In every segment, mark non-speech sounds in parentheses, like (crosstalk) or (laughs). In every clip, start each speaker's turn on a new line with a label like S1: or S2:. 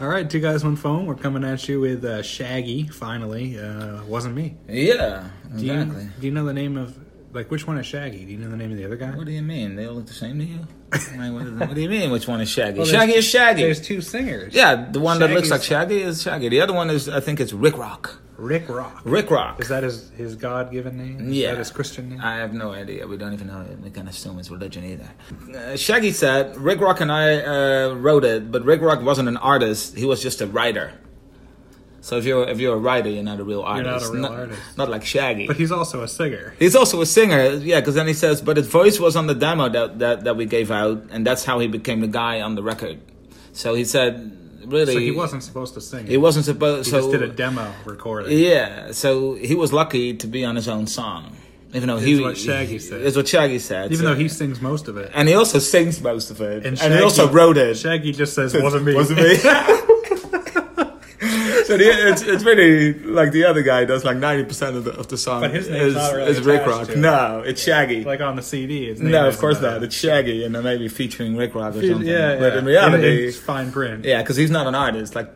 S1: All right, two guys, one phone. We're coming at you with uh, Shaggy. Finally, uh, wasn't me.
S2: Yeah,
S1: Do you,
S2: exactly.
S1: Do you know the name of like which one is Shaggy? Do you know the name of the other guy?
S2: What do you mean? They all look the same to
S1: (laughs)
S2: you? Like, what, is, what do you mean? Which one is Shaggy?
S1: Well, there's-
S2: Shaggy is Shaggy.
S1: There's two singers.
S2: Yeah, the one that looks
S1: Shaggy's-
S2: like Shaggy is Shaggy. The other one is, I think it's Rick Rock.
S1: Rick Rock.
S2: Rick Rock.
S1: Is that his his God given name?
S2: Yeah.
S1: Is that his Christian name?
S2: I have no idea. We don't even know. We can assume it's religion either. Uh, Shaggy said, Rick Rock and I uh, wrote it, but Rick Rock wasn't an artist. He was just a writer. So if you're if you're a writer, you're not a real
S1: not
S2: artist.
S1: a real artist.
S2: Not like Shaggy.
S1: but he's also a singer.
S2: He's also a singer, yeah. Because then he says, "But his voice was on the demo that, that that we gave out, and that's how he became the guy on the record." So he said, "Really,
S1: So he wasn't supposed to sing.
S2: He wasn't supposed.
S1: He
S2: so
S1: just did a demo recording.
S2: yeah, so he was lucky to be on his own song, even though he
S1: It's what Shaggy said.
S2: It's what Shaggy said.
S1: Even
S2: so-
S1: though he sings most of it.
S2: (laughs) and he also sings most of it, and,
S1: Shaggy-
S2: he also wrote it.
S1: Shaggy just says, "Wasn't me."
S2: Wasn't me. (laughs) So the, it's, it's really like the other guy does like ninety percent of the of the song.
S1: But his name's
S2: is,
S1: not really
S2: is Rick
S1: attached
S2: Rock.
S1: to it.
S2: No, it's
S1: (laughs)
S2: Shaggy.
S1: like on the CD. His name
S2: No, of
S1: isn't
S2: course
S1: on
S2: not. It's Shaggy, and then maybe featuring Rick Rock or
S1: it.
S2: something.
S1: Yeah, yeah.
S2: But in
S1: In-
S2: reality,
S1: in fine print.
S2: yeah, because he's not an artist. Like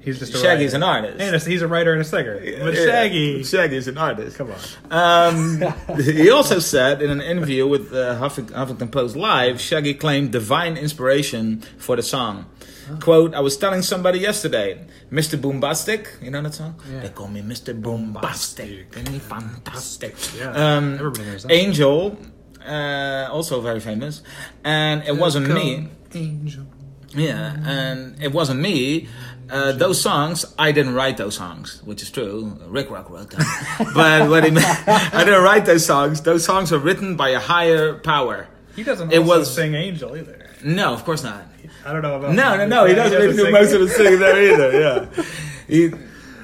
S1: He's just a
S2: Shaggy's
S1: writer.
S2: an artist.
S1: And it's- he's a writer and a singer. But
S2: Yeah,
S1: Shaggy,
S2: Shaggy's an artist.
S1: come on.
S2: Um, he also said in an interview with uh, Huffing- Huffington Post Live, Shaggy claimed divine inspiration for the song. Quote, I was telling somebody yesterday, Mr. Boombastic, you know that song?
S1: Yeah.
S2: They call me Mr. Boombastic. Isn't he fantastic?
S1: Yeah,
S2: Um,
S1: everybody knows that.
S2: Angel, uh, also very famous. And it wasn't me.
S1: Angel.
S2: Yeah, and it wasn't me. Uh, those songs, I didn't write those songs, which is true. Rick Rock wrote them. (laughs) but what he meant, I didn't write those songs. Those songs were written by a higher power.
S1: He doesn't
S2: It
S1: also
S2: was-
S1: sing Angel either.
S2: No, of course not.
S1: I don't know about
S2: No, no, no. He doesn't really do
S1: sing
S2: most of
S1: it.
S2: the singing
S1: (laughs)
S2: there either. Yeah, he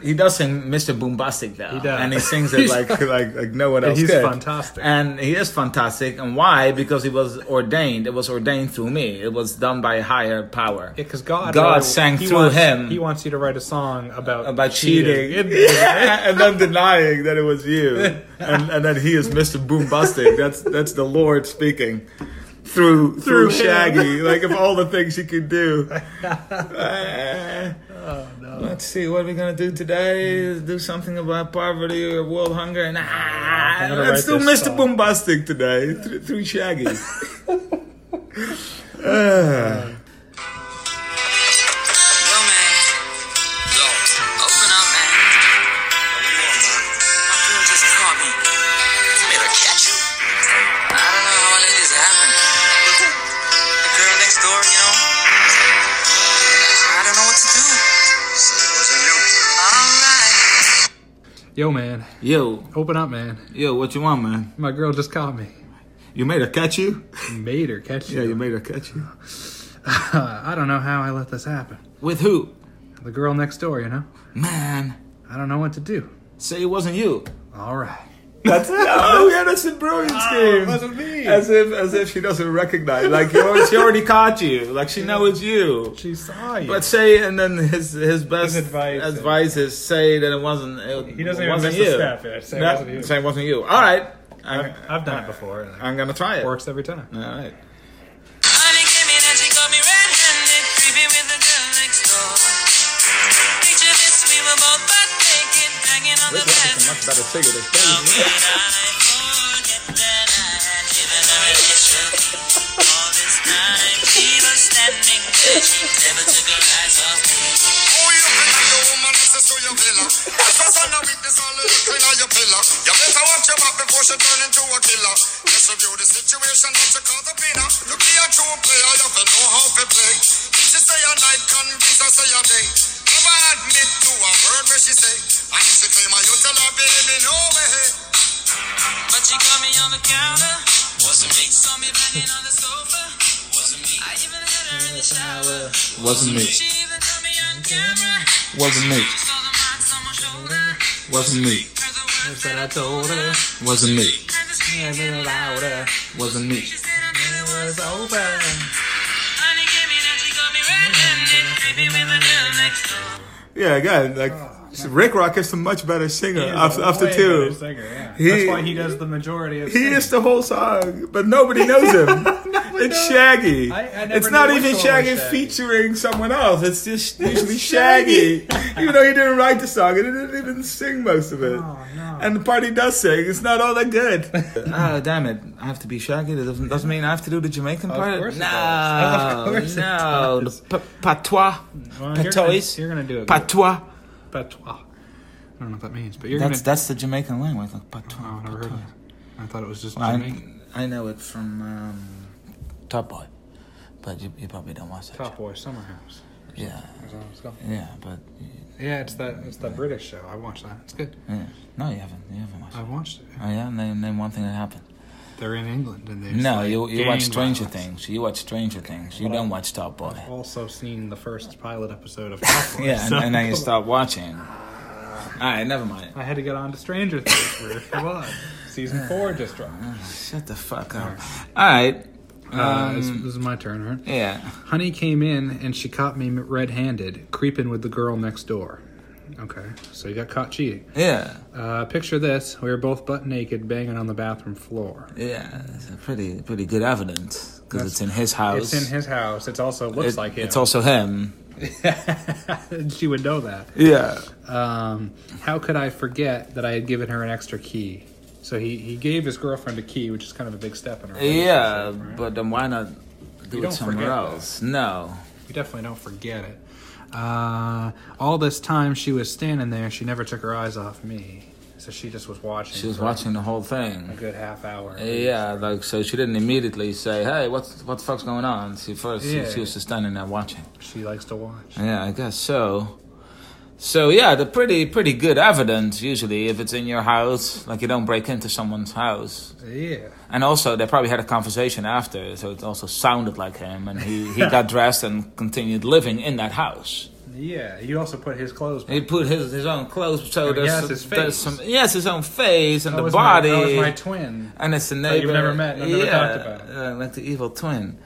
S2: he does sing Mr. Boombastic though,
S1: He does.
S2: and he
S1: (laughs)
S2: sings it like like like no one else.
S1: he's
S2: could.
S1: fantastic.
S2: and he is fantastic. And why? Because he was ordained. It was ordained through me. It was done by a higher power.
S1: Because God,
S2: God
S1: wrote-
S2: sang
S1: he
S2: through
S1: wants-
S2: him.
S1: He wants you to write a song about
S2: about
S1: (laughs)
S2: cheating, Yeah, (laughs) and then denying that it was you, and and then he is Mr. Boombastic. That's that's the Lord speaking
S1: Through
S2: through through,
S1: him.
S2: Shaggy. Like of all the things you
S1: (laughs)
S2: could do. Uh,
S1: Oh,
S2: Let's see what we're gonna do today. Is do something about poverty or world hunger. Nah,
S1: gonna
S2: let's do
S1: write this
S2: Mr.
S1: song.
S2: Boombastic today th- through Shaggy. Uh,
S3: Yo, man. Yo. Open up, man. My girl just called me. Made her catch you? I don't know how I let this happen. The girl next door, you know? I don't know what to do. Alright.
S1: Yo, man,
S2: (laughs) yo,
S1: open up, man.
S2: yo, what you want, man?
S1: My girl just caught me.
S2: You made her catch you?
S1: Made her catch
S2: Yeah,
S1: you.
S2: you made her catch you.
S1: (laughs) I don't know how I let this happen.
S2: With who?
S1: The girl next door, you know?
S2: Man,
S1: I don't know what to do.
S2: say it wasn't you.
S1: All right. (laughs)
S2: That's oh yeah, that's a brilliant scheme.
S1: Ah, wasn't me.
S2: As if as if she doesn't recognize. Like you already, she already caught you. Like she knows it's you.
S1: She saw you.
S2: But say and then his his best
S1: His advice is-
S2: advice is say that it wasn't. It,
S1: he doesn't
S2: it
S1: even
S2: wasn't
S1: miss
S2: you.
S1: a step. Yeah, say it
S2: No,
S1: wasn't you.
S2: Say it wasn't you. All right, I'm,
S1: I've done it before. and It
S2: I'm gonna try it.
S1: works every time.
S2: All right.
S3: Honey came in and she caught me red-handed, creeping with the girl next door. Picture this, we were both butt naked, banging on the
S2: This is a
S3: bedroom
S2: much better figure than
S3: How
S2: Shaggy.
S3: could I forget that I had given her a kiss? All this time she was standing there, she never took her eyes off me.
S4: Oh, you feel like the woman access to your villa. That's a sign of weakness, all the looking at your pillar. You better watch your back before she turn into a killer. Let's review the situation that you call the winner. You be a true player, you have to know how to play. If she say a night, convince her say a day. Never admit to a word where she say. And if she claim her, you tell her, baby, no way.
S3: But she caught me on the counter. Wasn't me. Saw me banging on the sofa. Wasn't me. I even had her in the shower.
S2: Wasn't me.
S3: She even caught me on camera.
S2: Wasn't me.
S3: She saw the marks on my shoulder.
S2: Wasn't me.
S3: Heard the words that I
S1: told
S3: told.
S1: her.
S2: Wasn't me.
S3: Heard the screaming louder.
S2: Wasn't me.
S3: She said I really was.
S1: over.
S3: Honey came in and she got me red-handed, creepy with the girl next door.
S2: Yeah, again, like
S1: Oh,
S2: Rick Rock is a much better singer after, after two.
S1: Singer, yeah.
S2: He-
S1: That's why he does the majority of
S2: He
S1: singing.
S2: (laughs) is the whole song, but nobody knows him. It's Shaggy.
S5: I- I never
S2: it's
S5: knew
S2: not
S5: which
S2: even
S5: one was
S2: Shaggy,
S5: Shaggy.
S2: featuring someone else. (laughs) It's just usually Shaggy. (laughs) even though he didn't write the song, he didn't even sing most of it.
S1: Oh,
S2: And the part he does sing, it's not all that (laughs) good. oh damn it! I have to be Shaggy. That doesn't, doesn't mean I have to do the Jamaican part.
S5: course it
S2: no,
S5: does. (laughs) Of course it
S2: no,
S5: does.
S2: The pa- patois,
S1: Well, you're gonna,
S2: patois,
S1: you're gonna do it.
S2: patois.
S1: Patois. I don't know what that means, but you're
S2: That's
S1: gonna.
S2: that's the Jamaican language. Like patois.
S1: oh, I never heard of
S2: patois.
S1: it. I thought it was just
S2: I,
S1: Jamaican.
S2: I know it from um, Top Boy, but you, you probably don't watch that.
S1: Top Boy Summer House.
S2: show. Yeah,
S1: That's how it's called.
S2: yeah, but
S1: Yeah, it's that it's that British show. I watched that. It's good.
S2: yeah. no, you haven't. You haven't watched.
S1: I
S2: It.
S1: watched it.
S2: Oh yeah, name, name one thing that happened.
S1: They're in England and they.
S2: no, you you watch Stranger Things. You watch Stranger Things. You don't watch Top Boy.
S1: Also seen the first pilot episode of Top Boy.
S2: (laughs) Yeah, and,
S1: so-
S2: and then you stop watching. All right, never mind.
S1: (laughs)
S2: (sighs)
S1: I had to get on to Stranger Things. Ruth. Come
S2: (laughs)
S1: on, season four just dropped.
S2: Shut the fuck up. All right. um,
S1: Uh, this, this is my turn, right?
S2: Yeah.
S1: Honey came in and she caught me red-handed, creeping with the girl next door. Okay, so you got caught cheating.
S2: Yeah.
S1: Uh, picture this: we were both butt naked, banging on the bathroom floor.
S2: Yeah. It's a pretty pretty good evidence because
S1: That's-
S2: it's in his house.
S1: It's in his house. It also looks
S2: It-
S1: like him.
S2: It's also him.
S1: (laughs) she would know that.
S2: Yeah.
S1: Um, how could I forget that I had given her an extra key? So he, he gave his girlfriend a key, which is kind of a big step in her.
S2: Yeah,
S1: relationship, right?
S2: but then why not do
S1: You
S2: it
S1: don't
S2: somewhere
S1: forget that.
S2: else? No.
S1: you definitely don't forget it. Uh, all this time she was standing there, she never took her eyes off me. So she just was watching.
S2: She was
S1: for
S2: watching the whole
S1: a
S2: thing. Uh,
S1: good half hour.
S2: Yeah, like so she didn't immediately say, "Hey, what's what the fuck's going on?" She first she-
S1: Yeah.
S2: she was just standing there watching.
S1: She likes to watch.
S2: Yeah, I guess so. So yeah, the pretty pretty good evidence usually if it's in your house, like you don't break into someone's house.
S1: Yeah.
S2: And also they probably had a conversation after, so it also sounded like him and he,
S1: (laughs)
S2: he got dressed and continued living in that house.
S1: Yeah. You also put his clothes back.
S2: He put his his own clothes, so
S1: Oh,
S2: there's,
S1: yes, his
S2: there's
S1: face.
S2: some yes, his own face and
S1: That
S2: the
S1: was my-
S2: body,
S1: that was my twin.
S2: and it's the neighbor
S1: you've never met, never
S2: yeah,
S1: talked about
S2: uh, like the evil twin.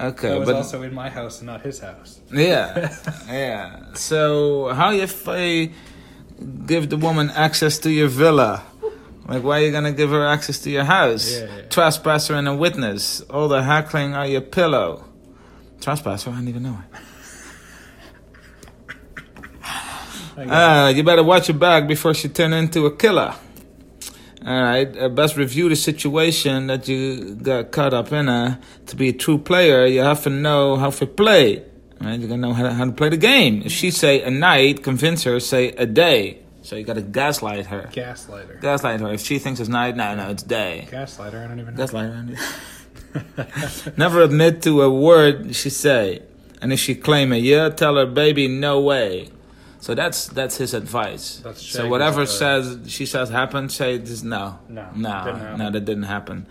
S2: Okay,
S1: That was
S2: but
S1: also in my house and not his house. (laughs)
S2: yeah, yeah. So how if I give the woman access to your villa? Like, why are you gonna give her access to your house?
S1: Yeah, yeah.
S2: Trespasser and a witness. All the hackling on your pillow. Trespasser, I didn't even know it. Uh, you better watch your back before she turn into a killer. All right, uh, best review the situation that you got caught up in. Uh, to be a true player, you have to know how to play. Right, you gotta know how to, how to play the game. If she say a night, convince her say a day. So you gotta gaslight her.
S1: Gaslighter.
S2: Gaslight her. If she thinks it's night, no, no, it's day.
S1: Gaslighter. I don't even know.
S2: That's like Never admit to a word she say, and if she claim a year, tell her baby no way. So that's that's his advice.
S1: That's
S2: so
S1: Shaggy's
S2: whatever
S1: advice.
S2: says she says happened, say just no,
S1: No,
S2: no,
S1: didn't happen.
S2: no, that didn't happen.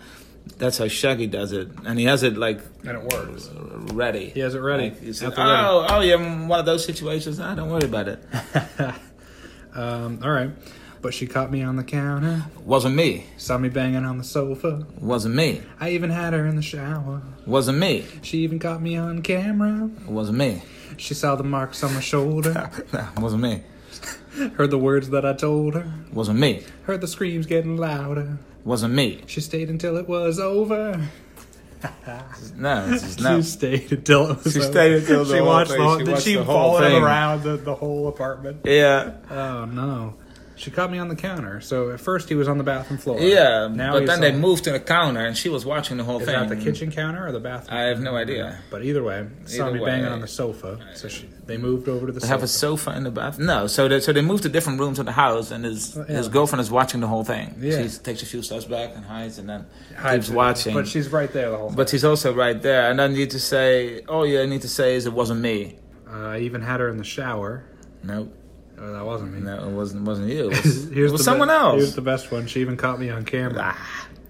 S2: That's how Shaggy does it, and he has it like
S1: (laughs) and it works.
S2: ready.
S1: He has it ready.
S2: Like, he says,
S1: At the ready.
S2: oh, oh, you're in one of those situations. Ah, don't worry about it.
S1: Um, all right. But she caught me on the counter,
S2: (laughs) Wasn't me.
S1: saw me banging on the sofa.
S2: Wasn't me.
S1: I even had her in the shower.
S2: Wasn't me.
S1: She even caught me on camera.
S2: Wasn't me. (laughs)
S1: She saw the marks on my shoulder,
S2: Wasn't me.
S1: heard the words that I told her,
S2: Wasn't me.
S1: heard the screams getting louder.
S2: Wasn't me.
S1: She stayed until it was over.
S2: No, it's just (laughs) no.
S1: She stayed until it was
S2: She
S1: over.
S2: stayed until the
S1: she
S2: whole
S1: watched
S2: thing-
S1: the whole
S2: she
S1: Did
S2: watched
S1: she
S2: the whole
S1: follow
S2: thing.
S1: around the, the whole apartment?
S2: Yeah,
S1: Oh, no. She caught me on the counter. So at first he was on the bathroom floor.
S2: yeah.
S1: Now
S2: but
S1: he's
S2: then they
S1: on-
S2: moved to the counter, and she was watching the whole
S1: Is
S2: thing.
S1: that the kitchen counter or the bathroom?
S2: I have no idea.
S1: But either way, saw
S2: Either
S1: me banging
S2: way.
S1: on the sofa. So she, they moved over to the
S2: They
S1: sofa.
S2: have a sofa in the bathroom. No, so they so they moved to different rooms of the house, and his
S1: Oh, yeah.
S2: his girlfriend is watching the whole thing.
S1: Yeah.
S2: She takes a few steps back and hides, and then
S1: Hides
S2: keeps
S1: it.
S2: watching.
S1: But she's right there the whole time.
S2: But she's also right there, and then you just say, "All you need to say is it wasn't me."
S1: Uh, I even had her in the shower.
S2: No,
S1: Oh, that wasn't
S2: (laughs)
S1: me.
S2: no, it wasn't. Wasn't you.
S1: (laughs)
S2: It was,
S1: Here's
S2: it was
S1: the
S2: someone
S1: be-
S2: else.
S1: Here's the best one. She even caught me on camera.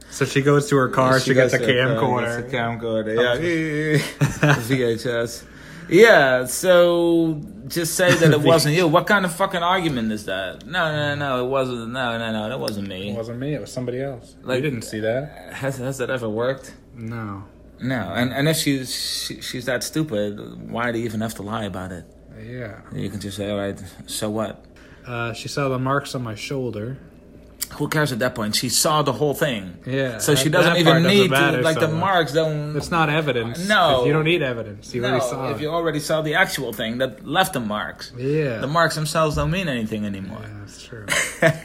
S1: So she goes to her car. She,
S2: goes
S1: gets a
S2: to her car,
S1: camcorder.
S2: gets a camcorder, yeah. (laughs) VHS. Yeah, so just say that (laughs) it wasn't you. What kind of fucking argument is that? No, no, no, it wasn't. No, no, no, that wasn't
S1: It
S2: me.
S1: wasn't me. It was somebody else.
S2: Like-
S1: you didn't see that.
S2: Has, has that ever worked?
S1: No.
S2: No, and, and if she's she, she's that stupid, why do you even have to lie about it?
S1: Yeah.
S2: You can just say, all right, so what?
S1: Uh, she saw the marks on my shoulder.
S2: who cares at that point? She saw the whole thing.
S1: Yeah,
S2: So she
S1: that-
S2: doesn't
S1: that
S2: even
S1: part doesn't
S2: need
S1: matter
S2: to, like,
S1: so
S2: the
S1: much.
S2: marks don't.
S1: It's not evidence.
S2: No.
S1: You don't need evidence. You already saw
S2: no, if
S1: it.
S2: you already saw the actual thing that left the marks.
S1: Yeah.
S2: The marks themselves don't mean anything anymore.
S1: Yeah, that's (laughs) true.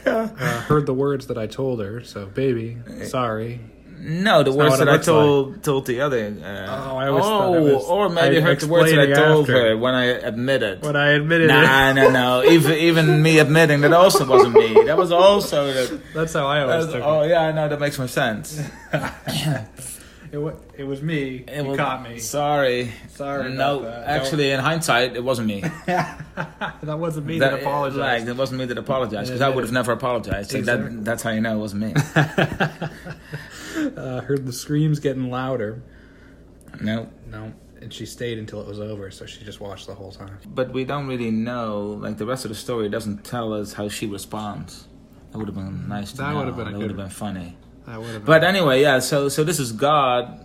S1: uh, heard the words that I told her, so baby, sorry.
S2: No, the
S1: not
S2: words
S1: what it
S2: that I
S1: looks
S2: told told the other. Uh,
S1: Oh, I always thought it
S2: oh,
S1: was-
S2: or maybe
S1: I
S2: heard the words that I
S1: explaining
S2: told
S1: after.
S2: her when I admitted.
S1: When I admitted
S2: nah,
S1: it,
S2: no, no. Even even me admitting that also wasn't me. That was also. The,
S1: (laughs) that's how I always took
S2: oh yeah, I know that makes more
S1: (laughs)
S2: sense.
S1: it. It, wa- it was me.
S2: It
S1: you
S2: was-
S1: caught me.
S2: Sorry.
S1: Sorry
S2: No,
S1: about that.
S2: actually, in hindsight, it
S1: (laughs)
S2: wasn't me.
S1: that wasn't me that,
S2: That-
S1: apologized.
S2: Like, it wasn't me that apologized because I would have never apologized. Like,
S1: Exactly.
S2: that, that's how you know it
S1: (laughs)
S2: wasn't me.
S1: uh, heard the screams getting louder.
S2: no.
S1: No, and she stayed until it was over, so she just watched the whole time.
S2: But we don't really know. Like the rest of the story doesn't tell us how she responds. That would have been nice. To
S1: That
S2: know.
S1: would have been a
S2: That
S1: good
S2: would have
S1: one.
S2: been funny.
S1: That would have.
S2: But anyway, yeah. So so this is God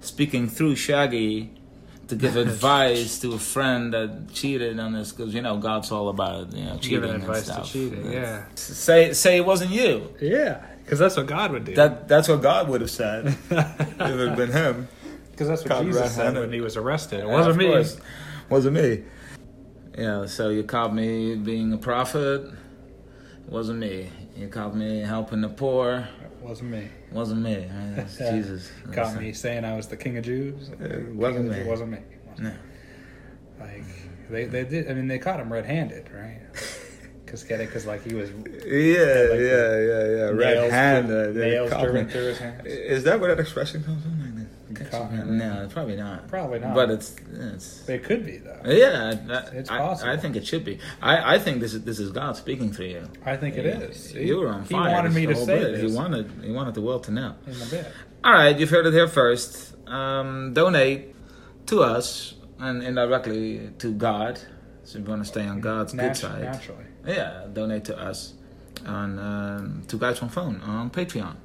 S2: speaking through Shaggy to
S1: (laughs)
S2: give advice to a friend that cheated on us because you know God's all about you know cheating
S1: given
S2: and
S1: advice to
S2: stuff.
S1: cheating. Yeah,
S2: Say say it wasn't you.
S1: yeah, because that's what God would do. (laughs)
S2: That that's what God would have said (laughs) if it had been him.
S1: Because that's what
S2: God
S1: Jesus said
S2: represented.
S1: when he was arrested. It
S2: Yeah,
S1: wasn't
S2: of
S1: me.
S2: course. Wasn't me. Yeah, so you caught me being a prophet. Wasn't me. You caught me helping the poor.
S1: wasn't me.
S2: Wasn't me. Uh,
S1: (laughs)
S2: it's
S1: Yeah.
S2: Jesus.
S1: Caught me saying I was the king of Jews.
S2: It wasn't me.
S1: It wasn't me.
S2: No.
S1: Like they, they did. I mean, they caught him red-handed, (laughs) right? Because get it? Because like he was
S2: Yeah,
S1: Like
S2: yeah, yeah, yeah. Red
S1: nails-
S2: hand. uh,
S1: nails driven through his hands.
S2: Is that where that expression comes from? Like,
S1: Caught me.
S2: No, probably not.
S1: Probably not.
S2: But it's it's.
S1: They could be though.
S2: Yeah, that-
S1: It's
S2: I,
S1: possible.
S2: I think it should be. I, I think this is this is God speaking through you.
S1: I think it
S2: Yeah,
S1: is.
S2: You were on
S1: He
S2: fire.
S1: wanted
S2: That's
S1: me
S2: the
S1: to
S2: whole
S1: say
S2: bit.
S1: this.
S2: He wanted, he wanted the world to know.
S1: in the bit.
S2: All right, you've heard it here first. Um, donate to us and indirectly to God. So if you want to stay on God's good
S1: Natu-
S2: side,
S1: Naturally.
S2: yeah, donate to us on um, Two Guys One Phone on Patreon.